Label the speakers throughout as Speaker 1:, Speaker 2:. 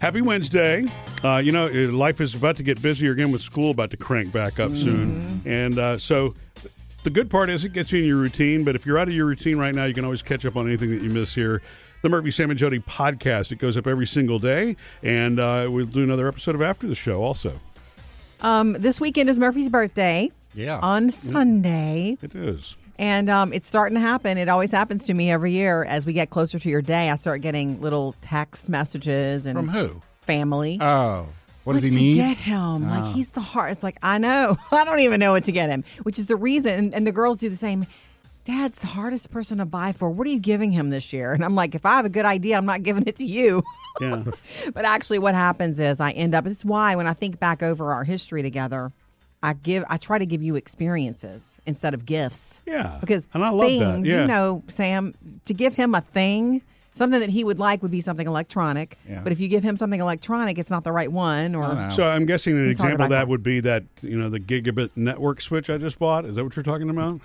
Speaker 1: Happy Wednesday. Uh, you know, uh, life is about to get busier again with school about to crank back up soon.
Speaker 2: Mm-hmm.
Speaker 1: And uh, so the good part is it gets you in your routine, but if you're out of your routine right now, you can always catch up on anything that you miss here. The Murphy, Sam, and Jody podcast. It goes up every single day, and uh, we'll do another episode of After the Show also.
Speaker 2: Um, this weekend is Murphy's birthday.
Speaker 3: Yeah.
Speaker 2: On Sunday.
Speaker 1: It is.
Speaker 2: And um, it's starting to happen. It always happens to me every year. As we get closer to your day, I start getting little text messages and
Speaker 3: From who?
Speaker 2: family.
Speaker 3: Oh, what does
Speaker 2: What
Speaker 3: he
Speaker 2: to
Speaker 3: need? Ah.
Speaker 2: get him? Like he's the heart. It's like I know. I don't even know what to get him, which is the reason. And, and the girls do the same. Dad's the hardest person to buy for. What are you giving him this year? And I'm like, if I have a good idea, I'm not giving it to you.
Speaker 1: Yeah.
Speaker 2: But actually, what happens is I end up. It's why when I think back over our history together, I give. I try to give you experiences instead of gifts.
Speaker 1: Yeah.
Speaker 2: Because
Speaker 1: And I love that.
Speaker 2: things,
Speaker 1: Yeah.
Speaker 2: you know, Sam, to give him a thing, something that he would like would be something electronic.
Speaker 3: Yeah.
Speaker 2: But if you give him something electronic, it's not the right one. Or
Speaker 3: know.
Speaker 1: So I'm guessing an
Speaker 2: It's hard to
Speaker 1: example of
Speaker 2: buy
Speaker 1: that
Speaker 2: for.
Speaker 1: would be that you know the gigabit network switch I just bought. Is that what you're talking about?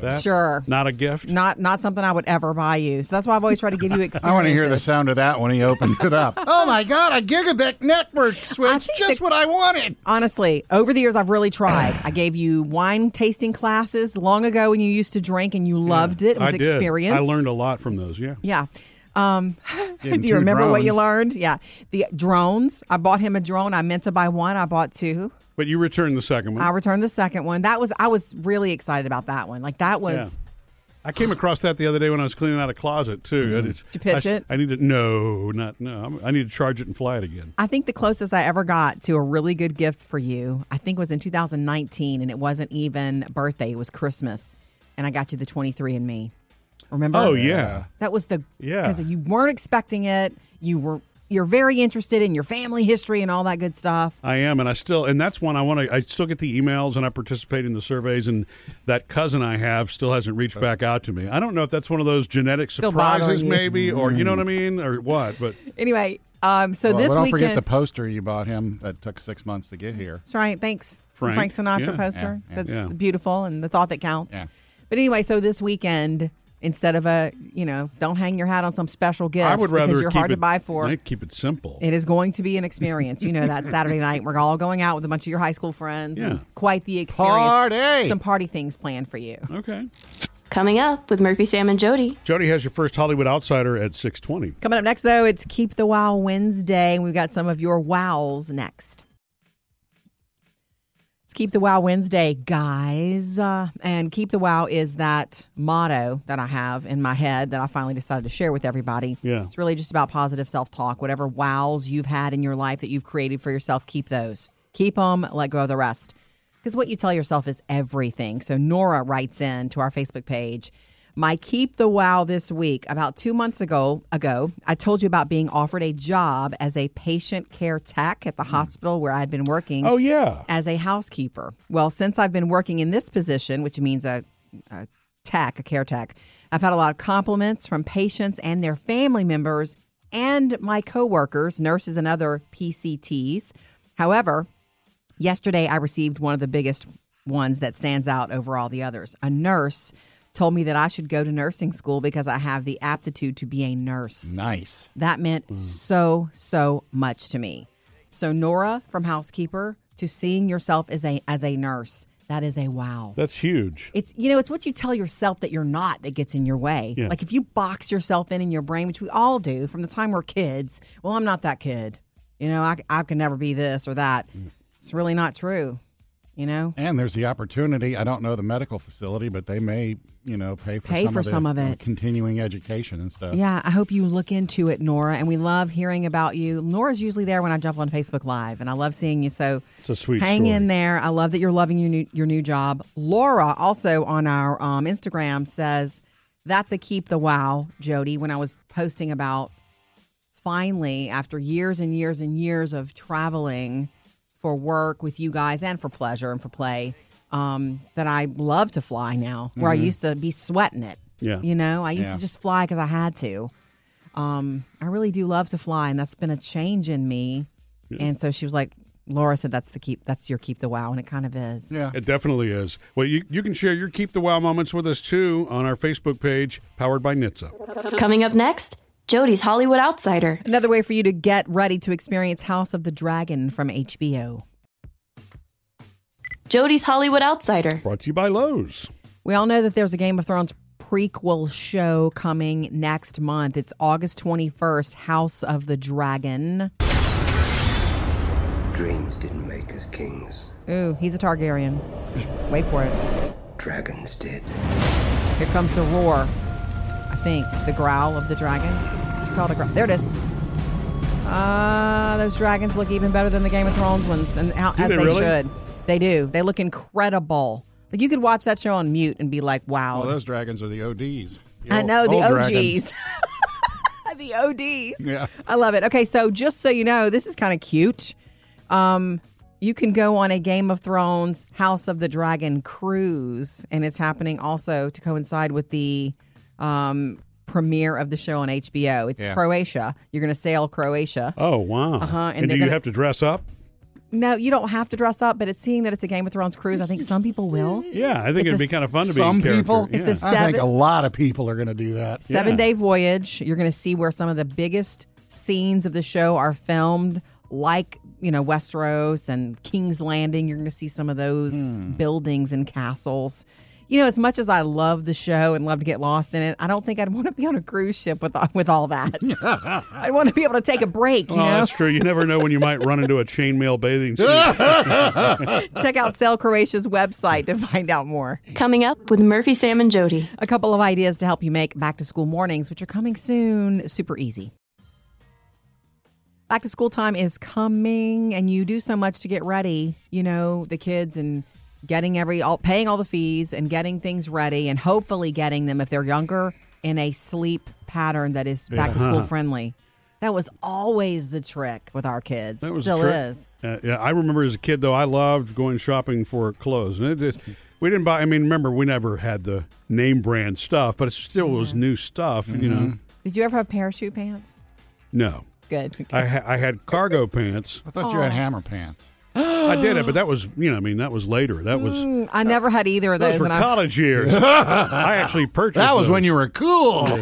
Speaker 1: That?
Speaker 2: Sure.
Speaker 1: Not a gift.
Speaker 2: not not something I would ever buy you. So that's why I've always tried to give you experiences.
Speaker 3: I want to hear the sound of that when he opens it up. oh my God, a gigabit network
Speaker 2: I
Speaker 3: switch.
Speaker 2: think
Speaker 3: Just
Speaker 2: the-
Speaker 3: what I wanted.
Speaker 2: Honestly, over the years, I've really tried. I gave you wine tasting classes long ago when you used to drink and you loved it. It was
Speaker 1: I did.
Speaker 2: experience.
Speaker 1: I learned a lot from those. Yeah.
Speaker 2: Yeah. Um, do
Speaker 3: Getting
Speaker 2: you
Speaker 3: two
Speaker 2: remember what you
Speaker 3: drones.
Speaker 2: learned? Yeah. The drones. I bought him a drone. I meant to buy one. I bought two.
Speaker 1: But you returned the second one.
Speaker 2: I
Speaker 1: I,
Speaker 2: returned the second one. That was I was really excited about that one. Like that was
Speaker 1: came across that the other day when I was cleaning out a closet too. That is-
Speaker 2: Mm-hmm. Did you pitch
Speaker 1: I,
Speaker 2: it?
Speaker 1: I need to no, not no. I'm- I need to charge it and fly it again.
Speaker 2: I think the closest I ever got to a really good gift for you, I think was in 2019 and it wasn't even birthday, it was Christmas. And I got you the 23 and me. Remember?
Speaker 1: Oh yeah.
Speaker 2: That was the
Speaker 1: Yeah.
Speaker 2: because you weren't expecting it. You were you're very interested in your family history and all that good stuff.
Speaker 1: I am, and I still, and that's one I want to. I still get the emails, and I participate in the surveys. And that cousin I have still hasn't reached back out to me. I don't know if that's one of those genetic
Speaker 2: Still bothering
Speaker 1: surprises,
Speaker 2: you. Mm-hmm.
Speaker 1: maybe, or you know what I mean, or what. But
Speaker 2: Anyway, um so
Speaker 3: Well,
Speaker 2: this
Speaker 3: don't
Speaker 2: weekend
Speaker 3: forget the poster you bought him that took six months to get here.
Speaker 2: That's right. Thanks,
Speaker 1: Frank.
Speaker 2: Frank, Sinatra
Speaker 1: Yeah.
Speaker 2: poster.
Speaker 3: Yeah, yeah.
Speaker 2: That's
Speaker 1: Yeah.
Speaker 2: beautiful, and the thought that counts.
Speaker 3: Yeah.
Speaker 2: But anyway, so this weekend, instead of a you know, don't hang your hat on some special gift.
Speaker 1: I would rather
Speaker 2: because you're
Speaker 1: keep
Speaker 2: hard
Speaker 1: it,
Speaker 2: to buy for.
Speaker 1: I'd keep it simple.
Speaker 2: It is going to be an experience. You know that Saturday night we're all going out with a bunch of your high school friends.
Speaker 1: Yeah.
Speaker 2: And quite the experience.
Speaker 3: Party!
Speaker 2: Some party things planned for you.
Speaker 1: okay.
Speaker 4: Coming up with Murphy, Sam, and Jody.
Speaker 1: Jody has your first Hollywood outsider at six twenty.
Speaker 2: Coming up next, though, it's Keep the Wow Wednesday, and we've got some of your wows next. It's Keep the Wow Wednesday, guys. Uh, and Keep the Wow is that motto that I have in my head that I finally decided to share with everybody.
Speaker 1: Yeah.
Speaker 2: It's really just about positive self talk. Whatever wows you've had in your life that you've created for yourself, keep those. Keep them, let go of the rest. Because what you tell yourself is everything. So Nora writes in to our Facebook page. My keep the wow this week. About two months ago, ago, I told you about being offered a job as a patient care tech at the hospital where I'd been working
Speaker 1: Oh yeah.
Speaker 2: as a housekeeper. Well, since I've been working in this position, which means a, a tech, a care tech, I've had a lot of compliments from patients and their family members and my coworkers, nurses and other PCTs. However, yesterday I received one of the biggest ones that stands out over all the others. A nurse told me that I should go to nursing school because I have the aptitude to be a nurse.
Speaker 3: Nice.
Speaker 2: That meant so, so much to me. So Nora from housekeeper to seeing yourself as a as a nurse, that is a wow.
Speaker 1: That's huge.
Speaker 2: It's you know, it's what you tell yourself that you're not that gets in your way.
Speaker 1: Yeah.
Speaker 2: Like if you box yourself in in your brain, which we all do from the time we're kids. Well, I'm not that kid. You know, I I can never be this or that. It's really not true. You know,
Speaker 3: And there's the opportunity. I don't know the medical facility, but they may, you know, pay for
Speaker 2: Pay
Speaker 3: some
Speaker 2: for
Speaker 3: of the
Speaker 2: some of it.
Speaker 3: continuing education and stuff.
Speaker 2: Yeah, I hope you look into it, Nora. And we love hearing about you. Nora's usually there when I jump on Facebook Live, and I love seeing you. So
Speaker 1: It's a sweet
Speaker 2: hang
Speaker 1: story.
Speaker 2: in there. I love that you're loving your new your new job. Laura also on our um, Instagram says that's a keep the wow, Jody. When I was posting about finally after years and years and years of traveling for work with you guys and for pleasure and for play. Um, that I love to fly now, where I used to be sweating it.
Speaker 1: Yeah.
Speaker 2: You know, I used
Speaker 3: Mm-hmm. Yeah.
Speaker 2: to just fly because I had to. Um, I really do love to fly, and that's been a change in me. And so she was like, Laura said, "That's the keep. That's your keep the wow," and it kind of is.
Speaker 3: Yeah.
Speaker 1: It definitely is. Well, you, you can share your keep the wow moments with us too on our Facebook page, powered by Nitsa.
Speaker 4: Coming up next, Jody's Hollywood Outsider.
Speaker 2: Another way for you to get ready to experience House of the Dragon from HBO.
Speaker 4: Jody's Hollywood Outsider.
Speaker 1: Brought to you by Lowe's.
Speaker 2: We all know that there's a Game of Thrones prequel show coming next month. It's August 21st, House of the Dragon.
Speaker 5: Dreams didn't make us kings,
Speaker 2: Ooh, he's a Targaryen. Wait for it.
Speaker 5: dragons did.
Speaker 2: Here comes the roar. I think the growl of the dragon. It's called a growl. There it is. Ah, those dragons look even better than the Game of Thrones ones, and how,
Speaker 1: they
Speaker 2: as they,
Speaker 1: really?
Speaker 2: should. They do. They look incredible. Like you could watch that show on mute and be like, "Wow."
Speaker 3: Well, those dragons are the ODs. The
Speaker 2: I
Speaker 3: old-
Speaker 2: know the
Speaker 3: old dragons.
Speaker 2: OGs. the ODs.
Speaker 3: Yeah.
Speaker 2: I love it. Okay, so just so you know, this is kind of cute. Um, you can go on a Game of Thrones House of the Dragon cruise, and it's happening also to coincide with the um, premiere of the show on HBO. It's
Speaker 3: Yeah.
Speaker 2: Croatia. You're going to sail Croatia.
Speaker 1: Oh wow. Uh
Speaker 2: Uh-huh, and
Speaker 1: do
Speaker 2: they're
Speaker 1: you
Speaker 2: gonna-
Speaker 1: have to dress up?
Speaker 2: No, you don't have to dress up, but it's seeing that it's a Game of Thrones cruise. I think some people will.
Speaker 1: Yeah, I think
Speaker 2: It's
Speaker 1: it'd
Speaker 2: a
Speaker 1: be kind of fun to be
Speaker 3: Some
Speaker 1: in character.
Speaker 3: people.
Speaker 1: Yeah.
Speaker 2: It's a
Speaker 3: I think
Speaker 2: seven-
Speaker 3: a lot of people are going to do that.
Speaker 2: Seven day voyage. You're going to see where some of the biggest scenes of the show are filmed, like, you know, Westeros and King's Landing. You're going to see some of those buildings and castles. You know, as much as I love the show and love to get lost in it, I don't think I'd want to be on a cruise ship with with all that. I'd want to be able to take a break, you
Speaker 1: Well,
Speaker 2: know.
Speaker 1: that's true. You never know when you might run into a chainmail bathing suit. Uh,
Speaker 2: Check out Sail Croatia's website to find out more.
Speaker 4: Coming up with Murphy, Sam, and Jody.
Speaker 2: A couple of ideas to help you make back to school mornings, which are coming soon, super easy. Back to school time is coming, and you do so much to get ready. You know, the kids and getting every, all, paying all the fees and getting things ready, and hopefully getting them, if they're younger, in a sleep pattern that is back to school friendly. That was always the trick with our kids.
Speaker 1: That was
Speaker 2: Still
Speaker 1: a trick.
Speaker 2: is.
Speaker 1: Uh, yeah, I remember as a kid though, I loved going shopping for clothes, and it just we didn't buy. I mean, remember we never had the name brand stuff, but it still was new stuff. You know,
Speaker 2: Did you ever have parachute pants?
Speaker 1: no,
Speaker 2: Good.
Speaker 1: I ha- I had cargo pants.
Speaker 3: I thought you had hammer pants.
Speaker 1: I did it, but that was you know, I mean, that was later. That
Speaker 3: Mm,
Speaker 1: was
Speaker 2: I never had either of those.
Speaker 1: those were
Speaker 2: and I,
Speaker 1: college years. I actually purchased.
Speaker 3: That was when
Speaker 1: those.
Speaker 3: you were cool.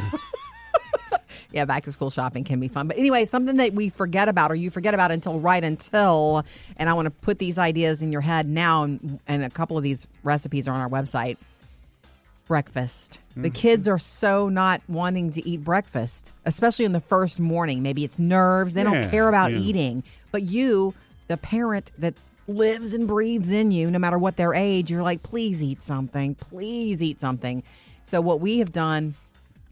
Speaker 2: Yeah, back to school shopping can be fun. But anyway, something that we forget about or you forget about until right until, and I want to put these ideas in your head now, and, and a couple of these recipes are on our website. Breakfast. The
Speaker 1: Mm.
Speaker 2: kids are so not wanting to eat breakfast, especially in the first morning. Maybe it's nerves. They
Speaker 1: Yeah,
Speaker 2: don't care about
Speaker 1: yeah.
Speaker 2: eating. But you, the parent that lives and breathes in you, no matter what their age, you're like, please eat something. Please eat something. So, what we have done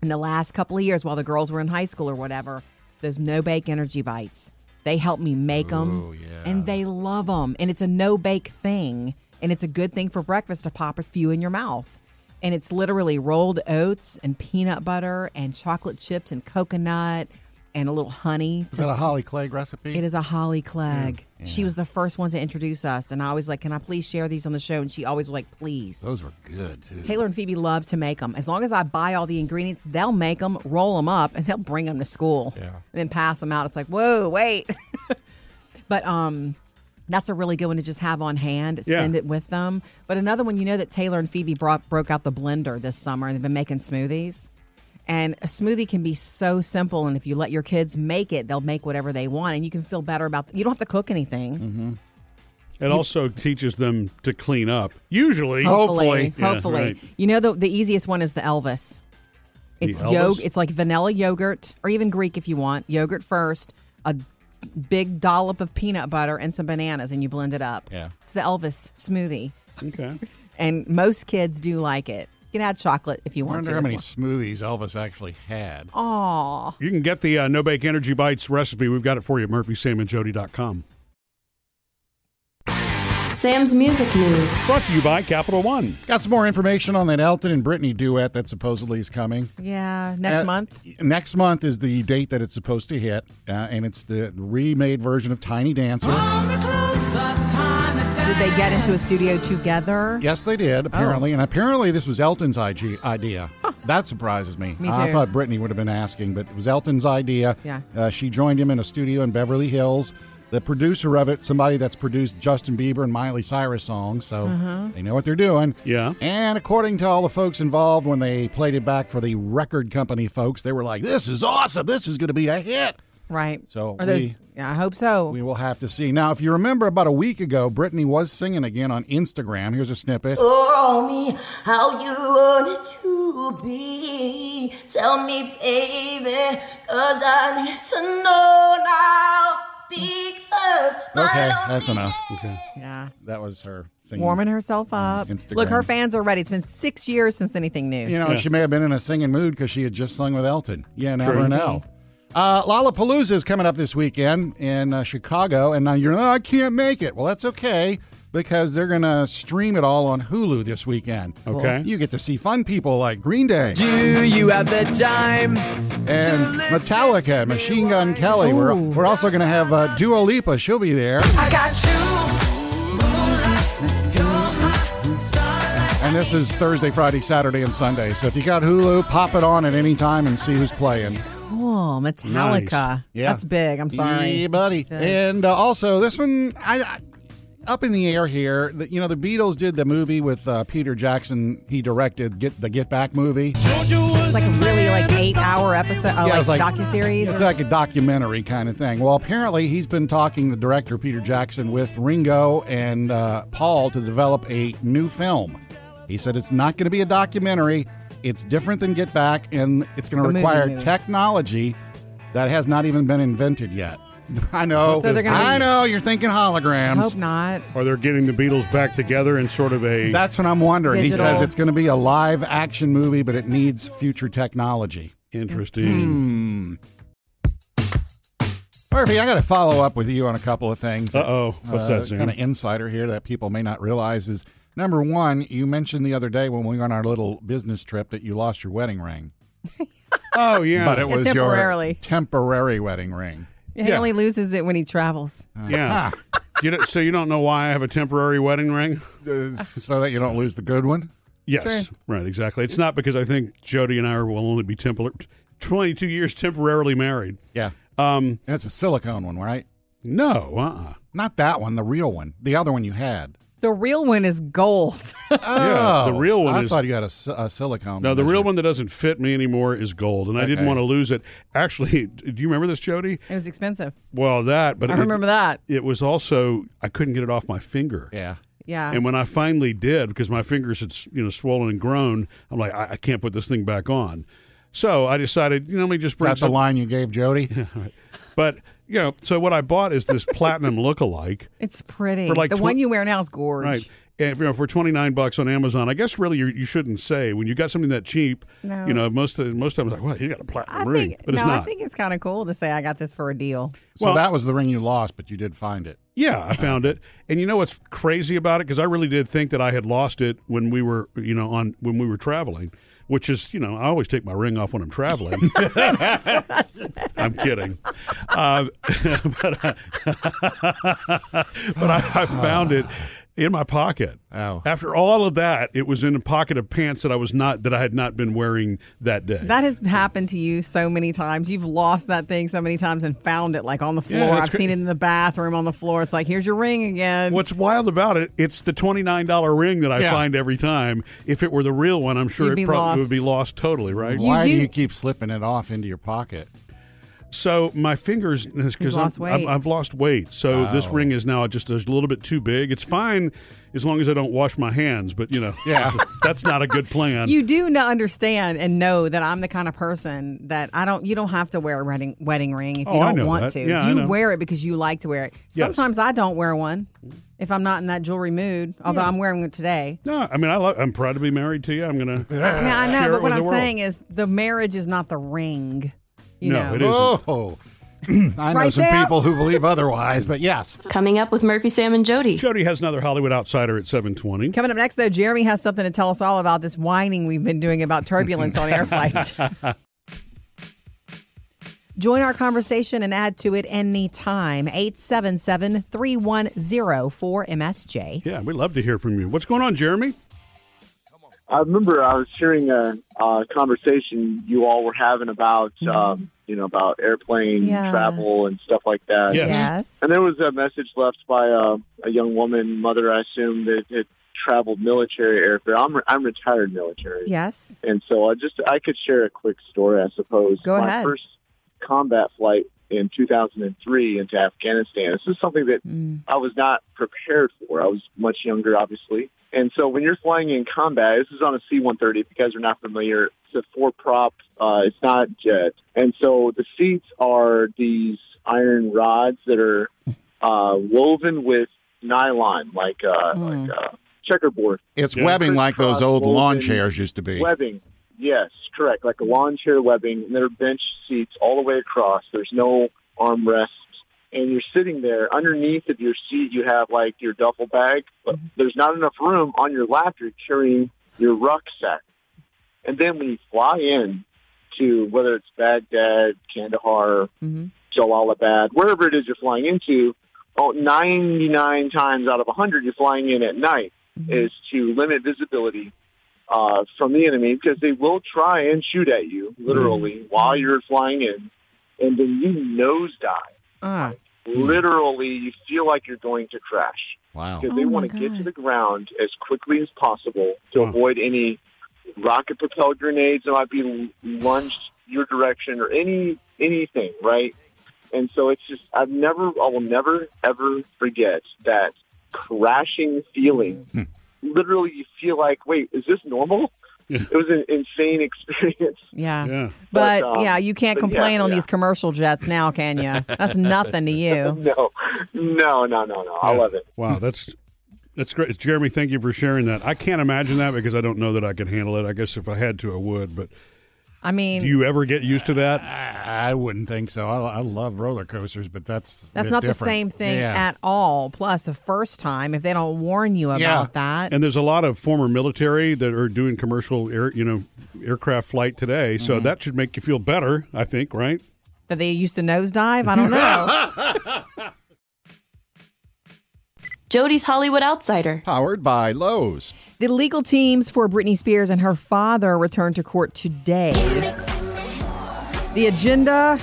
Speaker 2: in the last couple of years while the girls were in high school or whatever, those no bake energy bites. They help me make them
Speaker 1: Oh,
Speaker 2: and they love them. And it's a no bake thing. And it's a good thing for breakfast to pop a few in your mouth. And it's literally rolled oats and peanut butter and chocolate chips and coconut and a little honey. to
Speaker 3: Is that a Mm,
Speaker 2: s-
Speaker 3: Holly Clegg recipe?
Speaker 2: it is a Holly Clegg. She was the first one to introduce us. And I was like, Can I please share these on the show? And she always was like, Please.
Speaker 3: Those were good too.
Speaker 2: Taylor and Phoebe love to make them. As long as I buy all the ingredients, they'll make them, roll them up, and they'll bring them to school. Yeah. And then pass them out. It's like, whoa, wait. but um, that's a really good one to just have on hand.
Speaker 1: Yeah.
Speaker 2: Send it with them. But another one, you know that Taylor and Phoebe brought, broke out the blender this summer, and they've been making smoothies. And a smoothie can be so simple, and if you let your kids make it, they'll make whatever they want, and you can feel better about. You don't have to cook anything.
Speaker 1: It also teaches them to clean up. Usually,
Speaker 2: Hopefully,
Speaker 1: Yeah,
Speaker 2: hopefully.
Speaker 1: right.
Speaker 2: You know the the easiest one is the Elvis. It's
Speaker 1: Elvis?
Speaker 2: yog. It's like vanilla yogurt, or even Greek if you want. Yogurt first, a big dollop of peanut butter, and some bananas, and you blend it up.
Speaker 3: Yeah.
Speaker 2: it's the Elvis smoothie,
Speaker 1: Okay.
Speaker 2: and most kids do like it. You can add chocolate if you
Speaker 3: I
Speaker 2: want
Speaker 3: wonder
Speaker 2: to.
Speaker 3: how
Speaker 2: as
Speaker 3: many
Speaker 2: well.
Speaker 3: smoothies Elvis actually had.
Speaker 1: You can get the uh, No Bake Energy Bites recipe. We've got it for you at murphysamandjody.com.
Speaker 4: Sam's Music News.
Speaker 1: Brought to you by Capital One.
Speaker 3: Got some more information on that Elton and Britney duet that supposedly is coming.
Speaker 2: Yeah, next
Speaker 3: Uh,
Speaker 2: month.
Speaker 3: Next month is the date that it's supposed to hit, uh, and it's the remade version of Tiny Dancer.
Speaker 2: Did they get into a studio together?
Speaker 3: Yes, they
Speaker 2: Oh.
Speaker 3: did, apparently. And apparently, this was Elton's IG idea. That surprises me.
Speaker 2: Me
Speaker 3: I
Speaker 2: too.
Speaker 3: thought Brittany would have been asking, but it was Elton's idea.
Speaker 2: Yeah.
Speaker 3: Uh, she joined him in a studio in Beverly Hills. the producer of it, somebody that's produced Justin Bieber and Miley Cyrus songs, so
Speaker 2: Uh-huh.
Speaker 3: they know what they're doing.
Speaker 1: Yeah.
Speaker 3: And according to all the folks involved, when they played it back for the record company folks, they were like, "This is awesome! This is going to be a hit!"
Speaker 2: Right.
Speaker 3: So
Speaker 2: Are those,
Speaker 3: we-
Speaker 2: yeah, I hope so.
Speaker 3: We will have to see. Now, if you remember about a week ago, Brittany was singing again on Instagram. Here's a snippet.
Speaker 2: Oh.
Speaker 6: Tell me how you want it to be. Tell me, baby, cause I need to know now. Because my
Speaker 3: Okay,
Speaker 6: lonely-
Speaker 3: that's enough.
Speaker 2: yeah.
Speaker 3: That was her singing.
Speaker 2: Warming herself up.
Speaker 3: Instagram.
Speaker 2: Look, her fans are ready. It's been six years since anything new.
Speaker 3: You know, she may have been in a singing mood because she had just sung with Elton. Yeah, never
Speaker 1: True. Mm-hmm.
Speaker 3: know. Uh, Lollapalooza is coming up this weekend in uh, Chicago, and now you're, oh, I can't make it. Well, that's okay because they're going to stream it all on Hulu this weekend.
Speaker 1: Okay.
Speaker 3: You get to see fun people like Green Day
Speaker 7: Do you have the time?
Speaker 3: and Metallica, Machine Gun Kelly. We're, we're also going to have uh, Dua Lipa. She'll be there.
Speaker 7: I got you. Moonlight, you're my starlight.
Speaker 3: And this is Thursday, Friday, Saturday, and Sunday. So if you got Hulu, pop it on at any time and see who's playing.
Speaker 2: Cool. Oh, Metallica.
Speaker 1: Nice.
Speaker 3: Yeah.
Speaker 2: That's big. I'm sorry.
Speaker 3: Yeah, buddy. And uh, also, this one, I, I- up in the air here. The, you know, the Beatles did the movie with uh, Peter Jackson. He directed get the Get Back movie. Yeah,
Speaker 2: It's like a really like eight hour episode, oh,
Speaker 3: it
Speaker 2: like,
Speaker 3: was
Speaker 2: docuseries.
Speaker 3: It's
Speaker 2: or-
Speaker 3: like a documentary kind of thing. Well, apparently, he's been talking the director Peter Jackson with Ringo and uh, Paul to develop a new film. He said it's not going to be a documentary. It's different than Get Back, and it's going
Speaker 2: A
Speaker 3: to
Speaker 2: movie
Speaker 3: require
Speaker 2: movie.
Speaker 3: technology that has not even been invented yet. I know.
Speaker 2: So they're gonna
Speaker 3: I
Speaker 2: be-
Speaker 3: know. You're thinking holograms.
Speaker 2: I hope not.
Speaker 1: Or they're getting the Beatles back together in sort of a.
Speaker 3: That's what I'm wondering.
Speaker 2: Digital.
Speaker 3: He says it's going to be a live action movie, but it needs future technology. Hmm.
Speaker 1: Interesting.
Speaker 3: Murphy, I got to follow up with you on a couple of things.
Speaker 1: Uh-oh. What's that, Sam?
Speaker 3: Kind of Uh, insider here that people may not realize is number one, you mentioned the other day when we were on our little business trip that you lost your wedding ring,
Speaker 1: Oh yeah,
Speaker 3: but it was
Speaker 2: Temporarily.
Speaker 3: your temporary wedding ring.
Speaker 2: He
Speaker 1: Yeah.
Speaker 2: only loses it when he travels.
Speaker 1: yeah. you don't, so you don't know why I have a temporary wedding ring?
Speaker 3: Uh, so that you don't lose the good one.
Speaker 1: Yes, right, exactly. It's not because I think Jody and I will only be tempor- twenty-two years temporarily married.
Speaker 3: Yeah,
Speaker 1: Um,
Speaker 3: and it's a silicone one, right?
Speaker 1: no, uh-uh.
Speaker 3: Not that one, the real one, the other one you had.
Speaker 2: The real one is gold.
Speaker 1: Yeah, the
Speaker 3: Oh,
Speaker 1: real one
Speaker 3: I
Speaker 1: is-
Speaker 3: thought you had a, si- a silicone.
Speaker 1: No, the real
Speaker 3: measure.
Speaker 1: one that doesn't fit me anymore is gold, and I didn't
Speaker 3: Okay.
Speaker 1: want to lose it. Actually, do you remember this, Jody?
Speaker 2: it was expensive.
Speaker 1: Well, that, but
Speaker 2: I
Speaker 1: it,
Speaker 2: remember that.
Speaker 1: it was also I couldn't get it off my finger.
Speaker 3: Yeah.
Speaker 2: Yeah.
Speaker 1: And when I finally did, because my fingers had you know swollen and grown, I'm like, I, I can't put this thing back on. So I decided, you know, let me just
Speaker 3: Is
Speaker 1: bring
Speaker 3: that the
Speaker 1: some-
Speaker 3: line you gave Jody?
Speaker 1: But you know, so what I bought is this platinum look-alike,
Speaker 2: it's pretty.
Speaker 1: For like
Speaker 2: the
Speaker 1: twen-
Speaker 2: one you wear now is gorge.
Speaker 1: right? And you know, for twenty nine bucks on Amazon, I guess really you, you shouldn't say when you got something that cheap.
Speaker 2: No.
Speaker 1: You know, most of, most times like, well, you got a
Speaker 2: I
Speaker 1: platinum ring,
Speaker 2: think
Speaker 1: but it's
Speaker 2: no,
Speaker 1: not.
Speaker 2: I think it's kind of cool to say I got this for a deal.
Speaker 3: So
Speaker 1: Well-
Speaker 3: that was the ring you lost, but you did find it.
Speaker 1: Yeah, I found it. And you know what's crazy about it? Because I really did think that I had lost it when we were, you know, on when we were traveling, which is, you know, I always take my ring off when I'm traveling. I'm kidding. Uh, but uh, but I, I found it in my pocket.
Speaker 3: Ow.
Speaker 1: After all of that, it was in a pocket of pants that I was not that I had not been wearing that day.
Speaker 2: That has happened to you so many times. You've lost that thing so many times and found it like on the
Speaker 1: Yeah,
Speaker 2: floor.
Speaker 1: that's
Speaker 2: I've
Speaker 1: cra-
Speaker 2: seen it in the bathroom on the floor. It's like, here's your ring again.
Speaker 1: What's wild about it? It's the twenty nine dollar ring that I
Speaker 3: Yeah.
Speaker 1: find every time. If it were the real one, I'm sure
Speaker 2: You'd
Speaker 1: it
Speaker 2: be
Speaker 1: probably
Speaker 2: lost.
Speaker 1: would be lost totally, right?
Speaker 3: Why do
Speaker 2: do-
Speaker 3: you keep slipping it off into your pocket?
Speaker 1: So my fingers, uh, because
Speaker 2: lost
Speaker 1: I've,
Speaker 2: weight.
Speaker 1: I've lost weight, so this ring is now just a little bit too big. It's fine as long as I don't wash my hands, but you know,
Speaker 3: Yeah.
Speaker 1: that's not a good plan.
Speaker 2: you do not understand and know that I'm the kind of person that I don't. You don't have to wear a wedding wedding ring if
Speaker 1: Oh,
Speaker 2: you
Speaker 1: I
Speaker 2: don't
Speaker 1: know
Speaker 2: want
Speaker 1: that.
Speaker 2: to.
Speaker 1: Yeah, I
Speaker 2: you
Speaker 1: know.
Speaker 2: wear it because you like to wear it. Sometimes I don't wear one if I'm not in that jewelry mood. Although I'm wearing it today.
Speaker 1: no, I mean, I love, I'm proud to be married to you. I'm gonna.
Speaker 2: I mean, I know,
Speaker 1: Uh, Share it with
Speaker 2: but what I'm
Speaker 1: the world.
Speaker 2: saying is the marriage is not the ring. You
Speaker 1: No,
Speaker 2: know.
Speaker 1: it is.
Speaker 3: Oh, I know
Speaker 2: Right,
Speaker 3: some
Speaker 2: Sam?
Speaker 3: people who believe otherwise, but yes.
Speaker 4: Coming up with Murphy, Sam, and Jody.
Speaker 1: Jody has another Hollywood outsider at seven twenty.
Speaker 2: Coming up next, though, Jeremy has something to tell us all about this whining we've been doing about turbulence on air flights. Join our conversation and add to it anytime. 877 310 4MSJ.
Speaker 1: Yeah, we love to hear from you. What's going on, Jeremy?
Speaker 8: I remember I was hearing a, uh conversation you all were having about, um, you know, about airplane
Speaker 2: Yeah.
Speaker 8: travel and stuff like that.
Speaker 1: Yes.
Speaker 2: Yes.
Speaker 8: And there was a message left by uh, a young woman, mother, I assume, that had traveled military airfare. I'm, re- I'm retired military.
Speaker 2: Yes.
Speaker 8: And so I just I could share a quick story, I suppose.
Speaker 2: Go
Speaker 8: My
Speaker 2: ahead.
Speaker 8: first combat flight in 2003 into Afghanistan. This is something that
Speaker 2: Mm.
Speaker 8: I was not prepared for. I was much younger, obviously. And so when you're flying in combat, this is on a C-130. If you guys are not familiar, it's a four-prop. Uh, it's not jet. And so the seats are these iron rods that are uh, woven with nylon, like uh,
Speaker 2: Mm.
Speaker 8: like uh, checkerboard
Speaker 3: It's
Speaker 1: Yeah.
Speaker 3: webbing like those old
Speaker 8: Crisscross
Speaker 3: lawn
Speaker 8: woven
Speaker 3: chairs used to be.
Speaker 8: Webbing, yes, correct. Like a lawn chair webbing, and there are bench seats all the way across. There's no armrests, and you're sitting there. Underneath of your seat, you have like your duffel bag, but
Speaker 3: Mm-hmm.
Speaker 8: there's not enough room on your lap. You're carrying your rucksack, and then when you fly in to whether it's Baghdad, Kandahar, Jalalabad, wherever it is you're flying into, oh, 99 times out of 100 you're flying in at night is to limit visibility uh, from the enemy because they will try and shoot at you literally while you're flying in, and then you nosedive.
Speaker 2: Ah.
Speaker 8: Literally, you feel like you're going to crash
Speaker 3: Wow.
Speaker 8: because they
Speaker 2: Oh,
Speaker 8: want
Speaker 2: my
Speaker 8: to get
Speaker 2: God.
Speaker 8: to the ground as quickly as possible to
Speaker 1: Wow.
Speaker 8: avoid any rocket propelled grenades that might be lunged your direction or any anything, right? And so it's just I've never I will never ever forget that crashing feeling. Literally, you feel like, wait, is this normal? It was an insane experience.
Speaker 2: Yeah.
Speaker 1: Yeah.
Speaker 2: But,
Speaker 8: But, um,
Speaker 2: yeah, you can't
Speaker 8: but yeah,
Speaker 2: complain on
Speaker 8: yeah.
Speaker 2: these commercial jets now, can you? That's nothing to you.
Speaker 8: No, no, no, no, no. I
Speaker 1: Yeah.
Speaker 8: love it.
Speaker 1: Wow, that's that's great, Jeremy. Thank you for sharing that. I can't imagine that because I don't know that I could handle it. I guess if I had to, I would. But
Speaker 2: I mean,
Speaker 1: do you ever get used to that?
Speaker 3: I wouldn't think so. I, I love roller coasters, but that's
Speaker 2: that's
Speaker 3: they're
Speaker 2: not the
Speaker 3: different.
Speaker 2: same thing
Speaker 3: Yeah.
Speaker 2: at all. Plus, the first time, if they don't warn you about
Speaker 3: Yeah.
Speaker 2: that,
Speaker 1: And there's a lot of former military that are doing commercial air, you know, aircraft flight today. So
Speaker 2: Mm-hmm.
Speaker 1: that should make you feel better, I think, right?
Speaker 2: that they used to nosedive, I don't know.
Speaker 4: Jody's Hollywood Outsider.
Speaker 3: Powered by Lowe's.
Speaker 2: the legal teams for Britney Spears and her father returned to court today. The agenda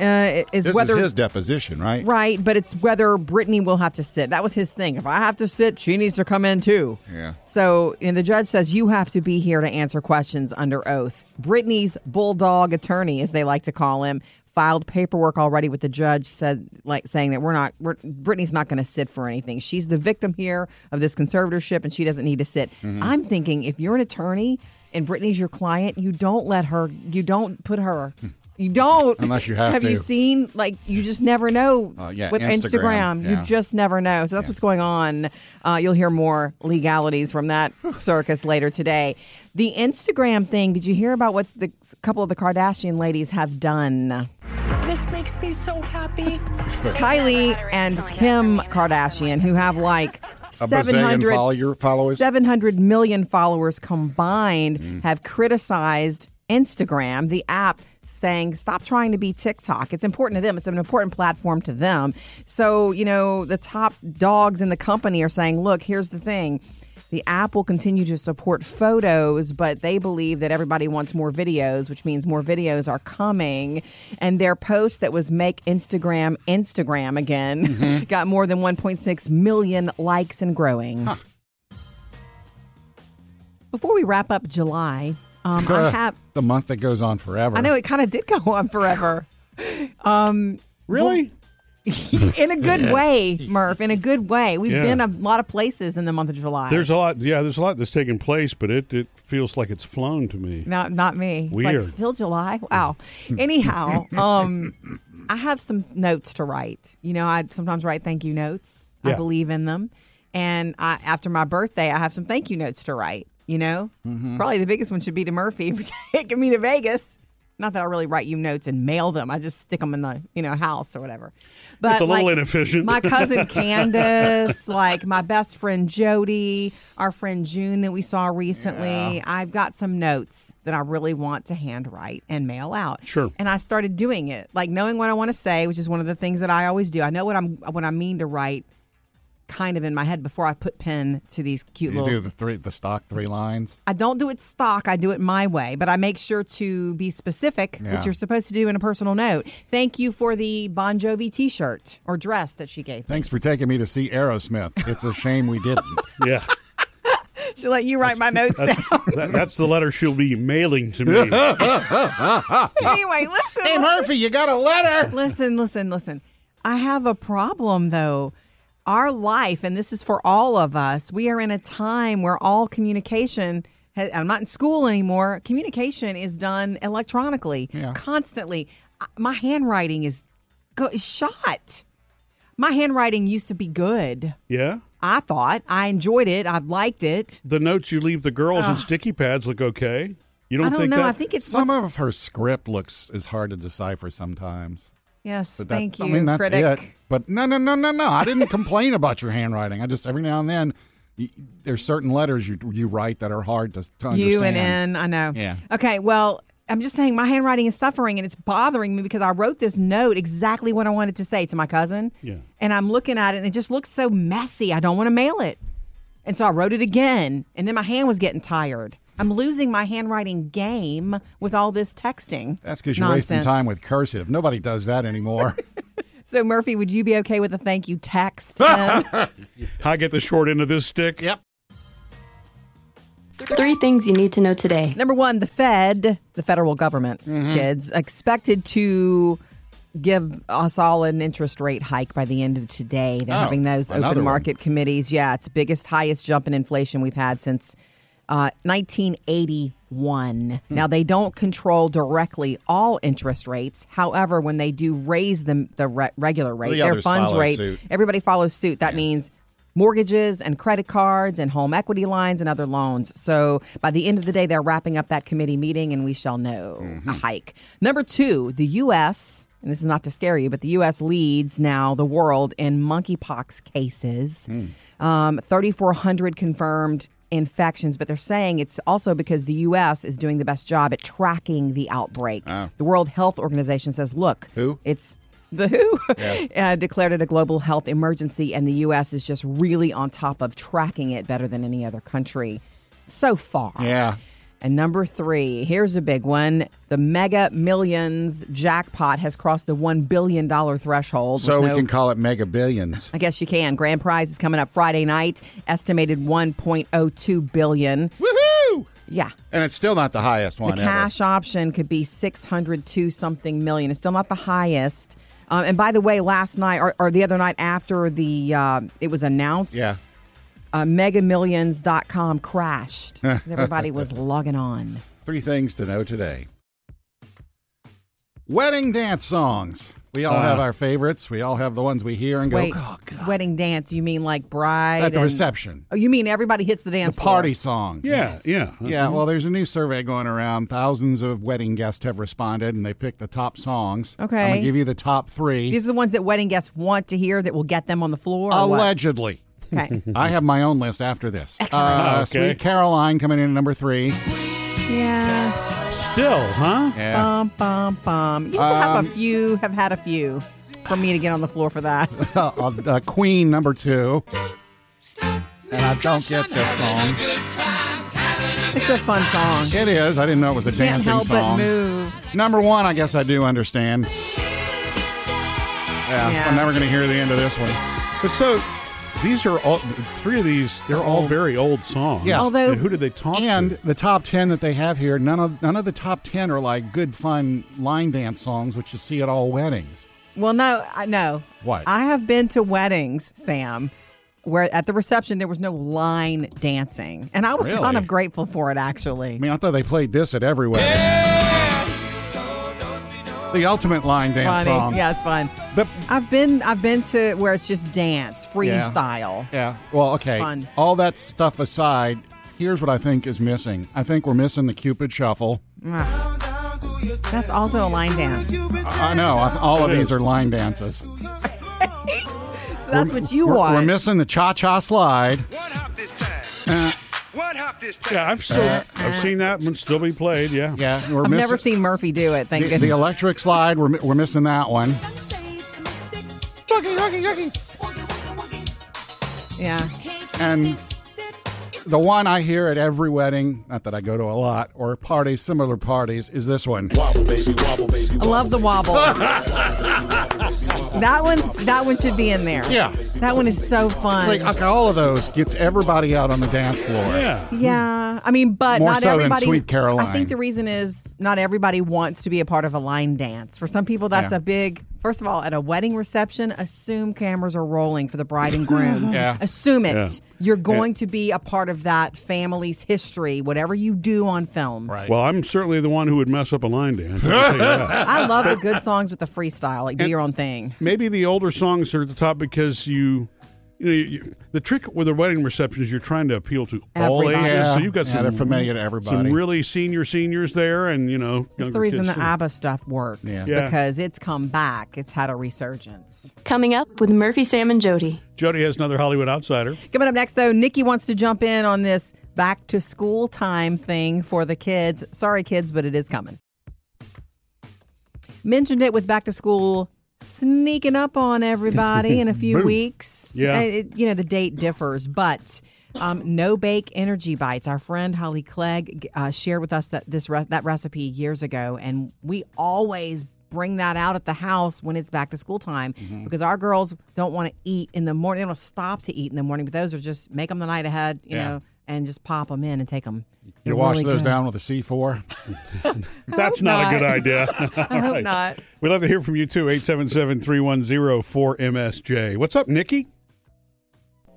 Speaker 2: uh, is
Speaker 3: This
Speaker 2: whether
Speaker 3: is his deposition, right?
Speaker 2: Right, but it's whether Brittany will have to sit. That was his thing. If I have to sit, she needs to come in too.
Speaker 3: Yeah.
Speaker 2: So, and the judge says you have to be here to answer questions under oath. Brittany's bulldog attorney, as they like to call him, filed paperwork already with the judge, said like saying that we're not, we're, Brittany's not going to sit for anything. She's the victim here of this conservatorship, and she doesn't need to sit.
Speaker 3: Mm-hmm.
Speaker 2: I'm thinking if you're an attorney and Brittany's your client, you don't let her, you don't put her.
Speaker 3: Hmm.
Speaker 2: You don't
Speaker 3: Unless you have
Speaker 2: have you
Speaker 3: to.
Speaker 2: seen like you just never know
Speaker 3: Uh, yeah,
Speaker 2: with Instagram.
Speaker 3: Instagram,
Speaker 2: You
Speaker 3: yeah.
Speaker 2: just never know. So that's what's going on. Uh, you'll hear more legalities from that circus later today. The Instagram thing. Did you hear about what the a couple of the Kardashian ladies have done?
Speaker 9: This makes me so happy.
Speaker 2: Kylie and Kim Kardashian, who have like.
Speaker 3: bazillion
Speaker 2: 700,
Speaker 3: follower- followers?
Speaker 2: 700 million followers combined have criticized Instagram, the app, saying, stop trying to be TikTok. It's important to them, it's an important platform to them. So, you know, the top dogs in the company are saying, look, here's the thing. The app will continue to support photos, but they believe that everybody wants more videos, which means more videos are coming. And their post that was make Instagram Instagram again got more than 1.6 million likes and growing. Before we wrap up July, um, I have.
Speaker 3: Uh, the month that goes on forever.
Speaker 2: I know it kind of did go on forever.
Speaker 1: Really?
Speaker 2: in a good way, Murph. In a good way. We've
Speaker 1: Yeah.
Speaker 2: been a lot of places in the month of July.
Speaker 1: There's a lot. Yeah, there's a lot that's taking place, but it it feels like it's flown to me.
Speaker 2: Not not me. It's like
Speaker 1: Weird.
Speaker 2: still July. Wow. Anyhow, um I have some notes to write. You know, I sometimes write thank you notes. I
Speaker 1: Yeah.
Speaker 2: believe in them. And I after my birthday, I have some thank you notes to write, you know?
Speaker 1: Mm-hmm.
Speaker 2: Probably the biggest one should be to Murphy for taking me to Vegas. Not that I really write you notes and mail them. I just stick them in the, you know, house or whatever. But
Speaker 1: It's a little
Speaker 2: like,
Speaker 1: inefficient.
Speaker 2: My cousin Candace, like my best friend Jody, our friend June that we saw recently. I've got some notes that I really want to handwrite and mail out.
Speaker 1: Sure.
Speaker 2: And I started doing it, like knowing what I want to say, which is one of the things that I always do. I know what I'm what I mean to write kind of in my head before I put pen to these cute
Speaker 3: You
Speaker 2: little.
Speaker 3: do the three, the stock three lines.
Speaker 2: I don't do it stock. I do it my way, but I make sure to be specific,
Speaker 3: Yeah.
Speaker 2: which you're supposed to do in a personal note. Thank you for the Bon Jovi T-shirt or dress that she gave. me.
Speaker 3: Thanks for taking me to see Aerosmith. It's a shame we didn't.
Speaker 1: Yeah.
Speaker 2: She let you write my notes down.
Speaker 1: That, that's the letter she'll be mailing to me.
Speaker 2: anyway, listen.
Speaker 3: hey Murphy, you got a letter.
Speaker 2: Listen, listen, listen. I have a problem though. Our life, and this is for all of us, we are in a time where all communication, ha- I'm not in school anymore, communication is done electronically,
Speaker 3: Yeah.
Speaker 2: constantly. I- My handwriting is, go- is shot. My handwriting used to be good.
Speaker 1: Yeah.
Speaker 2: I thought I enjoyed it. I liked it.
Speaker 1: The notes you leave the girls in sticky pads look okay. You don't,
Speaker 2: Ah. I don't
Speaker 1: think
Speaker 2: know.
Speaker 1: that?
Speaker 2: I think it's
Speaker 3: Some of her script looks is hard to decipher sometimes.
Speaker 2: yes.
Speaker 3: that-
Speaker 2: thank you,
Speaker 3: I mean, that's
Speaker 2: critic.
Speaker 3: it. But no, no, no, no, no. I didn't complain about your handwriting. I just every now and then y there's certain letters you you write that are hard to, to understand.
Speaker 2: U and N. I know.
Speaker 3: Yeah.
Speaker 2: Okay. Well, I'm just saying my handwriting is suffering and it's bothering me because I wrote this note exactly what I wanted to say to my cousin.
Speaker 1: Yeah.
Speaker 2: And I'm looking at it and it just looks so messy. I don't want to mail it. And so I wrote it again. And then my hand was getting tired. I'm losing my handwriting game with all this texting.
Speaker 3: That's because you're wasting
Speaker 2: nonsense.
Speaker 3: time with cursive. Nobody does that anymore.
Speaker 2: So Murphy, would you be okay with a thank you text? Tim?
Speaker 1: I get the short end of this stick.
Speaker 3: yep.
Speaker 4: Three things you need to know today.
Speaker 2: Number one, the Fed, the federal government,
Speaker 3: Mm-hmm.
Speaker 2: kids, expected to give us all an interest rate hike by the end of today. They're
Speaker 3: Oh,
Speaker 2: having those
Speaker 3: another
Speaker 2: open
Speaker 3: one.
Speaker 2: market committees. Yeah, it's the biggest, highest jump in inflation we've had since uh,
Speaker 3: Hmm.
Speaker 2: 1981. Now, they don't control directly all interest rates. However, when they do raise the, the re- regular rate,
Speaker 3: The
Speaker 2: their
Speaker 3: others
Speaker 2: funds
Speaker 3: follow
Speaker 2: rate,
Speaker 3: suit.
Speaker 2: everybody follows suit. That means mortgages and credit cards and home equity lines and other loans. So by the end of the day, they're wrapping up that committee meeting and we shall know a hike. Number two, the U.S. And this is not to scare you, but the U.S. leads now the world in monkeypox cases. Um, 3,400 confirmed infections, but they're saying it's also because the U.S. is doing the best job at tracking the outbreak. The World Health Organization says, look,
Speaker 3: Who?
Speaker 2: it's the WHO uh, declared it a global health emergency, and the U.S. is just really on top of tracking it better than any other country so far.
Speaker 3: Yeah.
Speaker 2: And number three, here's a big one the mega millions jackpot has crossed the $1 billion threshold.
Speaker 3: So
Speaker 2: with
Speaker 3: we
Speaker 2: no-
Speaker 3: can call it mega billions.
Speaker 2: I guess you can. Grand prize is coming up Friday night, estimated 1.02 billion.
Speaker 3: Woohoo!
Speaker 2: Yeah.
Speaker 3: And it's still not the highest one
Speaker 2: The
Speaker 3: ever.
Speaker 2: cash option could be 602 something million. It's still not the highest. Um, and by the way, last night or, or the other night after the uh, it was announced,
Speaker 3: Yeah.
Speaker 2: uh, megamillions.com crashed. 'cause Everybody was logging on.
Speaker 3: Three things to know today. Wedding dance songs. We all have our favorites. We all have the ones we hear and go,
Speaker 2: Uh. Wait,
Speaker 3: "Oh, God."
Speaker 2: wedding dance, you mean like bride?
Speaker 3: at the
Speaker 2: and-
Speaker 3: reception.
Speaker 2: Oh, you mean everybody hits the dance
Speaker 3: The party song.
Speaker 1: Yeah. Yeah.
Speaker 3: Yeah, well, there's a new survey going around. Thousands of wedding guests have responded, and they picked the top songs. I'm
Speaker 2: Okay.
Speaker 3: gonna give you the top three.
Speaker 2: These are the ones that wedding guests want to hear that will get them on the floor. or what?
Speaker 3: allegedly.
Speaker 2: Okay.
Speaker 3: I have my own list after this. Uh,
Speaker 1: Okay.
Speaker 3: Sweet Caroline coming in at number three.
Speaker 2: yeah.
Speaker 1: Still, huh?
Speaker 3: Yeah.
Speaker 2: Bum, bum, bum. You have to have
Speaker 3: Um,
Speaker 2: a few, have had a few for me to get on the floor for that.
Speaker 3: Uh, uh, Queen number two. And I don't get this song.
Speaker 2: It's a fun song.
Speaker 3: It is. I didn't know it was a
Speaker 2: Can't
Speaker 3: dancing
Speaker 2: help
Speaker 3: song.
Speaker 2: but move.
Speaker 3: Number one, I guess I do understand. Yeah,
Speaker 2: Yeah.
Speaker 3: I'm never going to hear the end of this one.
Speaker 1: But so these are all three of these. They're all very old songs.
Speaker 3: Yeah.
Speaker 2: Although-
Speaker 1: And who did they talk
Speaker 3: And
Speaker 1: to?
Speaker 3: the top ten that they have here, none of none of the top ten are like good fun line dance songs, which you see at all weddings.
Speaker 2: Well, no, I no.
Speaker 3: What?
Speaker 2: I have been to weddings, Sam, where at the reception there was no line dancing, and I was
Speaker 3: Really?
Speaker 2: kind of grateful for it actually.
Speaker 3: I mean, I thought they played this at every wedding. The ultimate line dance
Speaker 2: funny.
Speaker 3: song.
Speaker 2: Yeah, it's fun.
Speaker 3: But
Speaker 2: I've been I've been to where it's just dance freestyle.
Speaker 3: yeah, well, okay.
Speaker 2: Fun.
Speaker 3: All that stuff aside, here's what I think is missing. I think we're missing the Cupid Shuffle.
Speaker 2: That's also a line dance. So
Speaker 3: I I know. I, all of these are line dances.
Speaker 2: that's what you
Speaker 3: we're,
Speaker 2: want.
Speaker 3: We're missing the Cha Cha Slide.
Speaker 10: One hop this time.
Speaker 11: Uh.
Speaker 10: One hop this time.
Speaker 1: Yeah, I've still I've seen that one still be played. Yeah.
Speaker 3: Uh, Yeah, we're
Speaker 2: I've
Speaker 3: missing
Speaker 2: never seen Murphy do it. Thank
Speaker 3: the,
Speaker 2: goodness.
Speaker 3: the electric slide. We're, mi- we're missing that one.
Speaker 2: Yeah.
Speaker 3: And the one I hear at every wedding, not that I go to a lot, or parties, similar parties, is this one. Wobble, baby, wobble, baby.
Speaker 2: I love the wobble. that one that one should be in there.
Speaker 3: Yeah.
Speaker 2: That one is so fun.
Speaker 3: It's like, okay, all of those gets everybody out on the dance floor.
Speaker 1: Yeah.
Speaker 2: yeah. I mean, but
Speaker 3: More
Speaker 2: not
Speaker 3: so than
Speaker 2: everybody
Speaker 3: Sweet Caroline.
Speaker 2: I think the reason is not everybody wants to be a part of a line dance. For some people that's
Speaker 3: Yeah.
Speaker 2: a big First of all, at a wedding reception, assume cameras are rolling for the bride and groom.
Speaker 3: Yeah.
Speaker 2: Assume it.
Speaker 1: Yeah.
Speaker 2: You're going to be a part of that family's history, whatever you do on film.
Speaker 3: Right.
Speaker 1: Well, I'm certainly the one who would mess up a line dance. I'll tell you that.
Speaker 2: I love the good songs with the freestyle, like do your own thing.
Speaker 1: Maybe the older songs are at the top because you. You know, you, the trick with a wedding reception is you're trying to appeal to all
Speaker 2: Everybody.
Speaker 1: ages,
Speaker 3: Yeah.
Speaker 1: so you've got
Speaker 3: Yeah,
Speaker 1: some
Speaker 3: they're familiar to everybody.
Speaker 1: some really senior seniors there, and you know,
Speaker 2: It's the
Speaker 1: younger
Speaker 2: reason
Speaker 1: kids,
Speaker 2: the
Speaker 1: too.
Speaker 2: ABBA stuff works
Speaker 3: Yeah.
Speaker 1: Yeah.
Speaker 2: because it's come back. It's had a resurgence.
Speaker 4: Coming up with Murphy, Sam, and Jody.
Speaker 1: Jody has another Hollywood outsider.
Speaker 2: Coming up next, though, Nikki wants to jump in on this back to school time thing for the kids. Sorry, kids, but it is coming. Mentioned it with back to school sneaking up on everybody in a few weeks.
Speaker 1: Yeah.
Speaker 2: Uh, it- you know, the date differs, but. Um, no bake energy bites. Our friend Holly Clegg uh, shared with us that this re- that recipe years ago, and we always bring that out at the house when it's back to school time
Speaker 3: Mm-hmm.
Speaker 2: because our girls don't want to eat in the morning. They don't stop to eat in the morning, but those are just make them the night ahead, you
Speaker 3: Yeah.
Speaker 2: know, and just pop them in and take them.
Speaker 3: you wash those down with a C4.
Speaker 1: That's not, a
Speaker 2: not.
Speaker 1: good idea. I
Speaker 2: hope not.
Speaker 1: We'd love to hear from you too. 877 310 4MSJ. What's up, Nikki?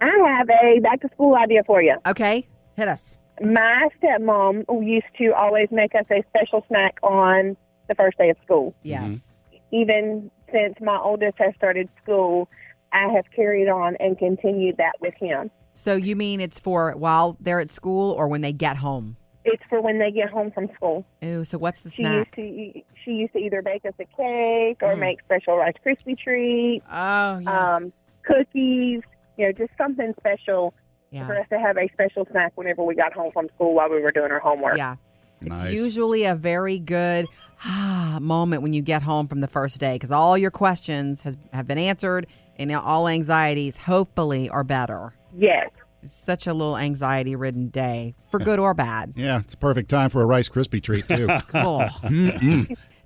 Speaker 12: I have a back to school idea for you.
Speaker 2: Okay, hit us.
Speaker 12: My stepmom used to always make us a special snack on the first day of school.
Speaker 3: Mm-hmm.
Speaker 2: Yes.
Speaker 12: Even since my oldest has started school, I have carried on and continued that with him.
Speaker 2: So you mean it's for while they're at school or when they get home?
Speaker 12: It's for when they get home from school.
Speaker 2: Ooh, so what's the
Speaker 12: She
Speaker 2: snack?
Speaker 12: used to she used to either bake us a cake
Speaker 2: Mm.
Speaker 12: or make special Rice Krispie treats,
Speaker 2: Oh, yes.
Speaker 12: um, cookies. You know, just something special for
Speaker 2: yeah.
Speaker 12: us to have a special snack whenever we got home from school while we were doing our homework.
Speaker 2: Yeah. It's
Speaker 3: Nice.
Speaker 2: usually a very good ah, moment when you get home from the first day because all your questions has, have been answered and now all anxieties hopefully are better.
Speaker 12: Yes.
Speaker 2: It's such a little anxiety ridden day for good or bad.
Speaker 3: Yeah, it's a perfect time for a Rice Krispie treat, too.
Speaker 2: Cool.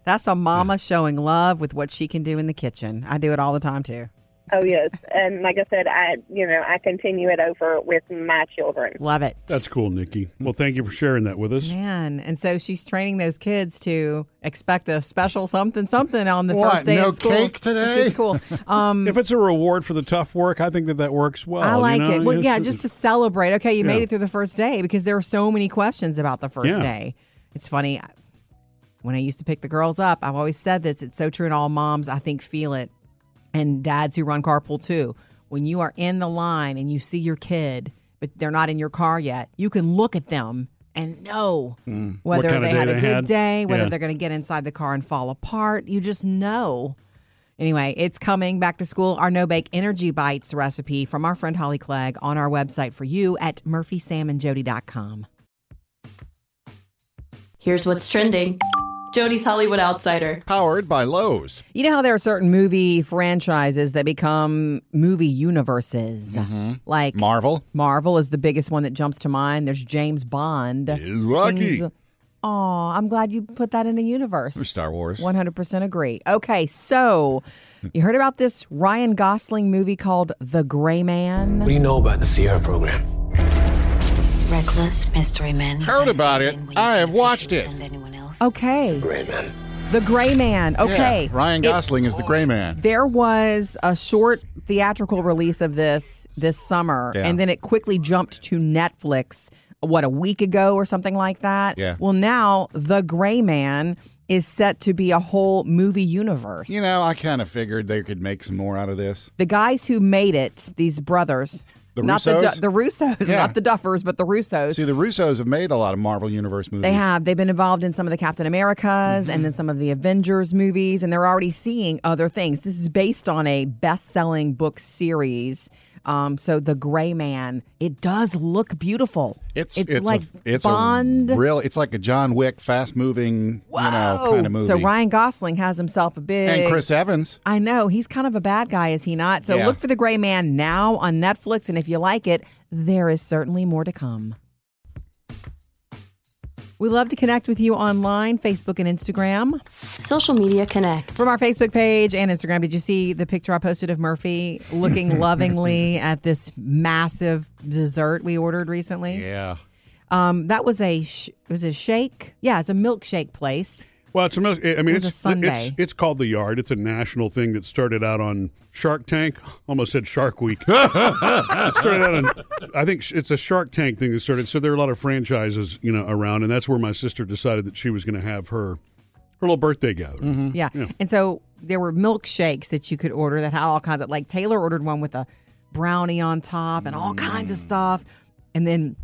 Speaker 2: That's a mama showing love with what she can do in the kitchen. I do it all the time too.
Speaker 12: Oh yes, and like I said, I you know I continue it over with my children.
Speaker 2: Love it.
Speaker 1: That's cool, Nikki. Well, thank you for sharing that with us.
Speaker 2: Man, and so she's training those kids to expect a special something something on the
Speaker 3: What,
Speaker 2: first day
Speaker 3: no
Speaker 2: of school.
Speaker 3: cake today?
Speaker 2: which is cool. Um,
Speaker 1: If it's a reward for the tough work, I think that that works well.
Speaker 2: I
Speaker 1: Oh, you
Speaker 2: like
Speaker 1: know?
Speaker 2: it. Well,
Speaker 1: It's-
Speaker 2: yeah, just to celebrate. Okay, you made
Speaker 1: Yeah.
Speaker 2: it through the first day because there were so many questions about the first
Speaker 1: Yeah.
Speaker 2: day. It's funny. I- When I used to pick the girls up, I've always said this. It's so true, and all moms, I think, feel it, and dads who run carpool too. When you are in the line and you see your kid, but they're not in your car yet, you can look at them and know whether
Speaker 1: Mm. What kind of
Speaker 2: they
Speaker 1: day
Speaker 2: had a
Speaker 1: they
Speaker 2: good
Speaker 1: had.
Speaker 2: day, whether
Speaker 1: Yeah.
Speaker 2: they're going to get inside the car and fall apart. You just know. Anyway, it's coming back to school. Our no bake energy bites recipe from our friend Holly Clegg on our website for you at murphysamandjody.com.
Speaker 4: Here's what's trending Jody's Hollywood Outsider.
Speaker 3: Powered by Lowe's.
Speaker 2: You know how there are certain movie franchises that become movie universes?
Speaker 1: Mm-hmm.
Speaker 2: Like
Speaker 3: Marvel.
Speaker 2: Marvel is the biggest one that jumps to mind. There's James Bond.
Speaker 3: Is Rocky.
Speaker 2: Oh, I'm glad you put that in a universe.
Speaker 3: Star Wars.
Speaker 2: 100% agree. Okay, so you heard about this Ryan Gosling movie called The Gray Man?
Speaker 11: What do you know about the Sierra program?
Speaker 13: Reckless mystery men.
Speaker 3: Heard about it. I have watched it.
Speaker 2: Okay,
Speaker 11: Great man.
Speaker 2: The Gray Man. Okay.
Speaker 3: Yeah, Ryan
Speaker 2: It-
Speaker 3: Gosling is the gray man.
Speaker 2: there was a short theatrical release of this this summer,
Speaker 3: Yeah.
Speaker 2: and then it quickly jumped to Netflix, what, a week ago or something like that?
Speaker 3: Yeah.
Speaker 2: Well, now The Gray Man is set to be a whole movie universe.
Speaker 3: You know, I kind of figured they could make some more out of this.
Speaker 2: the guys who made it, these brothers,
Speaker 3: The
Speaker 2: not the
Speaker 3: Russos?
Speaker 2: Du- the Russos,
Speaker 3: Yeah.
Speaker 2: not the Duffers, but the Russos.
Speaker 3: See, the Russos have made a lot of Marvel Universe movies.
Speaker 2: They have. They've been involved in some of the Captain Americas and
Speaker 3: Mm-hmm.
Speaker 2: then some of the Avengers movies, and they're already seeing other things. This is based on a best selling book series Um, so the gray man, it does look beautiful.
Speaker 3: It's
Speaker 2: it's,
Speaker 3: it's
Speaker 2: like
Speaker 3: a, it's
Speaker 2: Bond.
Speaker 3: A real, it's like a John Wick, fast moving, you know,
Speaker 2: Oh,
Speaker 3: kind of movie.
Speaker 2: So Ryan Gosling has himself a big
Speaker 3: and Chris Evans.
Speaker 2: I know he's kind of a bad guy, is he not? So
Speaker 3: Yeah.
Speaker 2: look for the Gray Man now on Netflix, and if you like it, there is certainly more to come. We love to connect with you online, Facebook and Instagram.
Speaker 4: Social media connect.
Speaker 2: From our Facebook page and Instagram, did you see the picture I posted of Murphy looking lovingly at this massive dessert we ordered recently?
Speaker 3: Yeah.
Speaker 2: Um, that was a sh- it was a shake. Yeah, it's a milkshake place.
Speaker 1: Well, it's a, mil- I mean,
Speaker 2: It was a
Speaker 1: it's, it's
Speaker 2: Sunday.
Speaker 1: it's called the Yard. It's a national thing that started out on Shark Tank. Almost said Shark Week. it started out on, I think sh- it's a Shark Tank thing that started. So there are a lot of franchises, you know, around, and that's where my sister decided that she was going to have her her little birthday gathering.
Speaker 2: Yeah. And so there were milkshakes that you could order that had all kinds of like Taylor ordered one with a brownie on top and all kinds
Speaker 1: Mm.
Speaker 2: of stuff. And then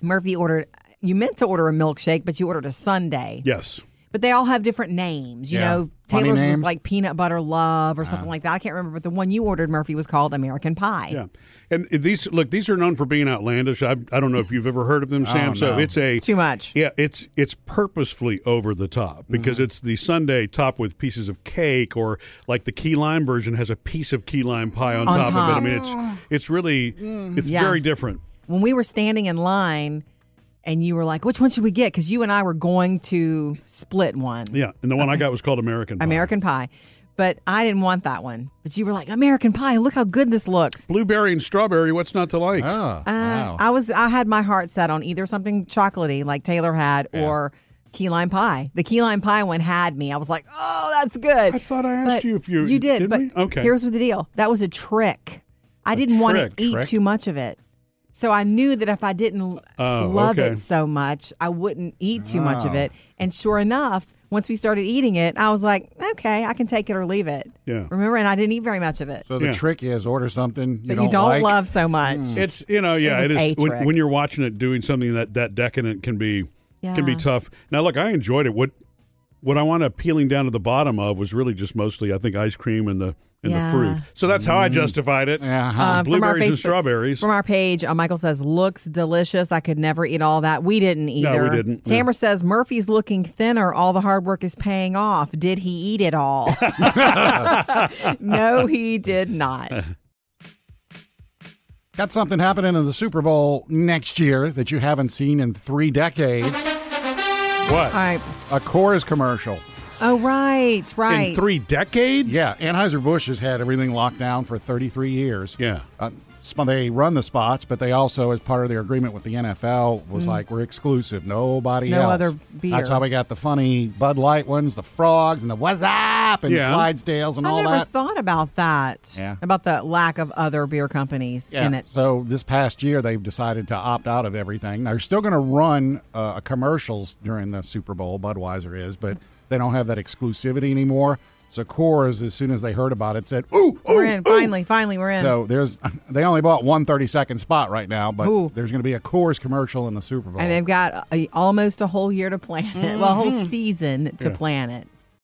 Speaker 2: Murphy ordered you meant to order a milkshake, but you ordered a sundae.
Speaker 1: Yes.
Speaker 2: But they all have different names. You
Speaker 1: Yeah.
Speaker 2: know,
Speaker 1: Funny
Speaker 2: Taylor's
Speaker 1: names. Uh-huh.
Speaker 2: was like peanut butter love or something like that. I can't remember, but the one you ordered, Murphy, was called American Pie.
Speaker 1: Yeah. And these look, these are known for being outlandish. I, I don't know if you've ever heard of them, Sam.
Speaker 2: Oh,
Speaker 1: So
Speaker 2: no.
Speaker 1: it's a
Speaker 2: It's too much.
Speaker 1: Yeah, it's it's purposefully over the top because
Speaker 2: Mm-hmm.
Speaker 1: it's the Sunday top with pieces of cake or like the key lime version has a piece of key lime pie on,
Speaker 2: On
Speaker 1: top, of it. I
Speaker 2: top. Mm-hmm.
Speaker 1: mean, it's it's really it's
Speaker 2: Yeah.
Speaker 1: very different.
Speaker 2: When we were standing in line and you were like, which one should we get? Because you and I were going to split one.
Speaker 1: Yeah, and the one I got was called American. Pie.
Speaker 2: American Pie. But I didn't want that one. But you were like, American Pie, look how good this looks.
Speaker 1: Blueberry and strawberry, what's not to like? Ah,
Speaker 2: Uh, I was I had my heart set on either something chocolatey like Taylor had or key lime pie. The key lime pie one had me. I was like, oh, that's good. I
Speaker 1: thought I
Speaker 2: asked
Speaker 1: you if you-
Speaker 2: you did,
Speaker 1: did
Speaker 2: but
Speaker 1: we? Okay.
Speaker 2: Here's what the deal. That was a trick. I didn't want to
Speaker 1: trick.
Speaker 2: eat
Speaker 1: Trick?
Speaker 2: too much of it. So I knew that if I didn't
Speaker 1: Oh,
Speaker 2: love
Speaker 1: okay.
Speaker 2: it so much, I wouldn't eat too much of
Speaker 1: Oh.
Speaker 2: it. And sure enough, once we started eating it, I was like, okay, I can take it or leave it.
Speaker 1: Yeah.
Speaker 2: Remember, and I didn't eat very much of it.
Speaker 3: So the trick is order something you
Speaker 2: that
Speaker 3: don't,
Speaker 2: you don't
Speaker 3: like.
Speaker 2: love so much.
Speaker 1: It's you know yeah it
Speaker 2: It was
Speaker 1: is
Speaker 2: a trick.
Speaker 1: when, when you're watching it doing something that that decadent can be can be
Speaker 2: Yeah.
Speaker 1: tough. Now look, I enjoyed it. What what I wound up peeling down to the bottom of was really just mostly I think ice cream and the and
Speaker 2: Yeah.
Speaker 1: the fruit. So that's how I justified it.
Speaker 2: Um, from our
Speaker 1: Blueberries and
Speaker 2: Facebook-
Speaker 1: strawberries.
Speaker 2: From our page, uh, Michael says, looks delicious. I could never eat all that. We didn't
Speaker 1: we
Speaker 2: either.
Speaker 1: didn't.
Speaker 2: Tamara says, Murphy's looking thinner. All the hard work is paying off. Did he eat it all? no, he did not.
Speaker 3: Got something happening in the Super Bowl next year that you haven't seen in three decades.
Speaker 1: What?
Speaker 2: All right.
Speaker 3: A Coors commercial.
Speaker 2: Oh, right, right.
Speaker 1: decades?
Speaker 3: Yeah. Anheuser-Busch has had everything locked down for 33 years.
Speaker 1: Yeah.
Speaker 3: Uh, sp- they run the spots, but they also, as part of their agreement with the NFL, was
Speaker 2: Mm.
Speaker 3: like, we're exclusive. Nobody
Speaker 2: No
Speaker 3: else.
Speaker 2: other beer.
Speaker 3: That's how we got the funny Bud Light ones, the frogs, and the what's up, and
Speaker 2: Yeah.
Speaker 3: Clydesdales, and
Speaker 2: I
Speaker 3: all
Speaker 2: never
Speaker 3: that.
Speaker 2: thought about that.
Speaker 3: Yeah.
Speaker 2: About the lack of other beer companies in it.
Speaker 3: So this past year, they've decided to opt out of everything. They're still going to run uh, commercials during the Super Bowl. Budweiser is, but they don't have that exclusivity anymore. So Coors, as soon as they heard about it, said, "Ooh,
Speaker 2: we're in. Finally, finally, we're in.
Speaker 3: So there's they only bought one 30 second spot right now, but
Speaker 2: Ooh.
Speaker 3: there's going to be a Coors commercial in the Super Bowl.
Speaker 2: and they've got a, almost a whole year to plan it. Well, a whole
Speaker 3: Mhm.
Speaker 2: season to
Speaker 3: Yeah.
Speaker 2: plan it.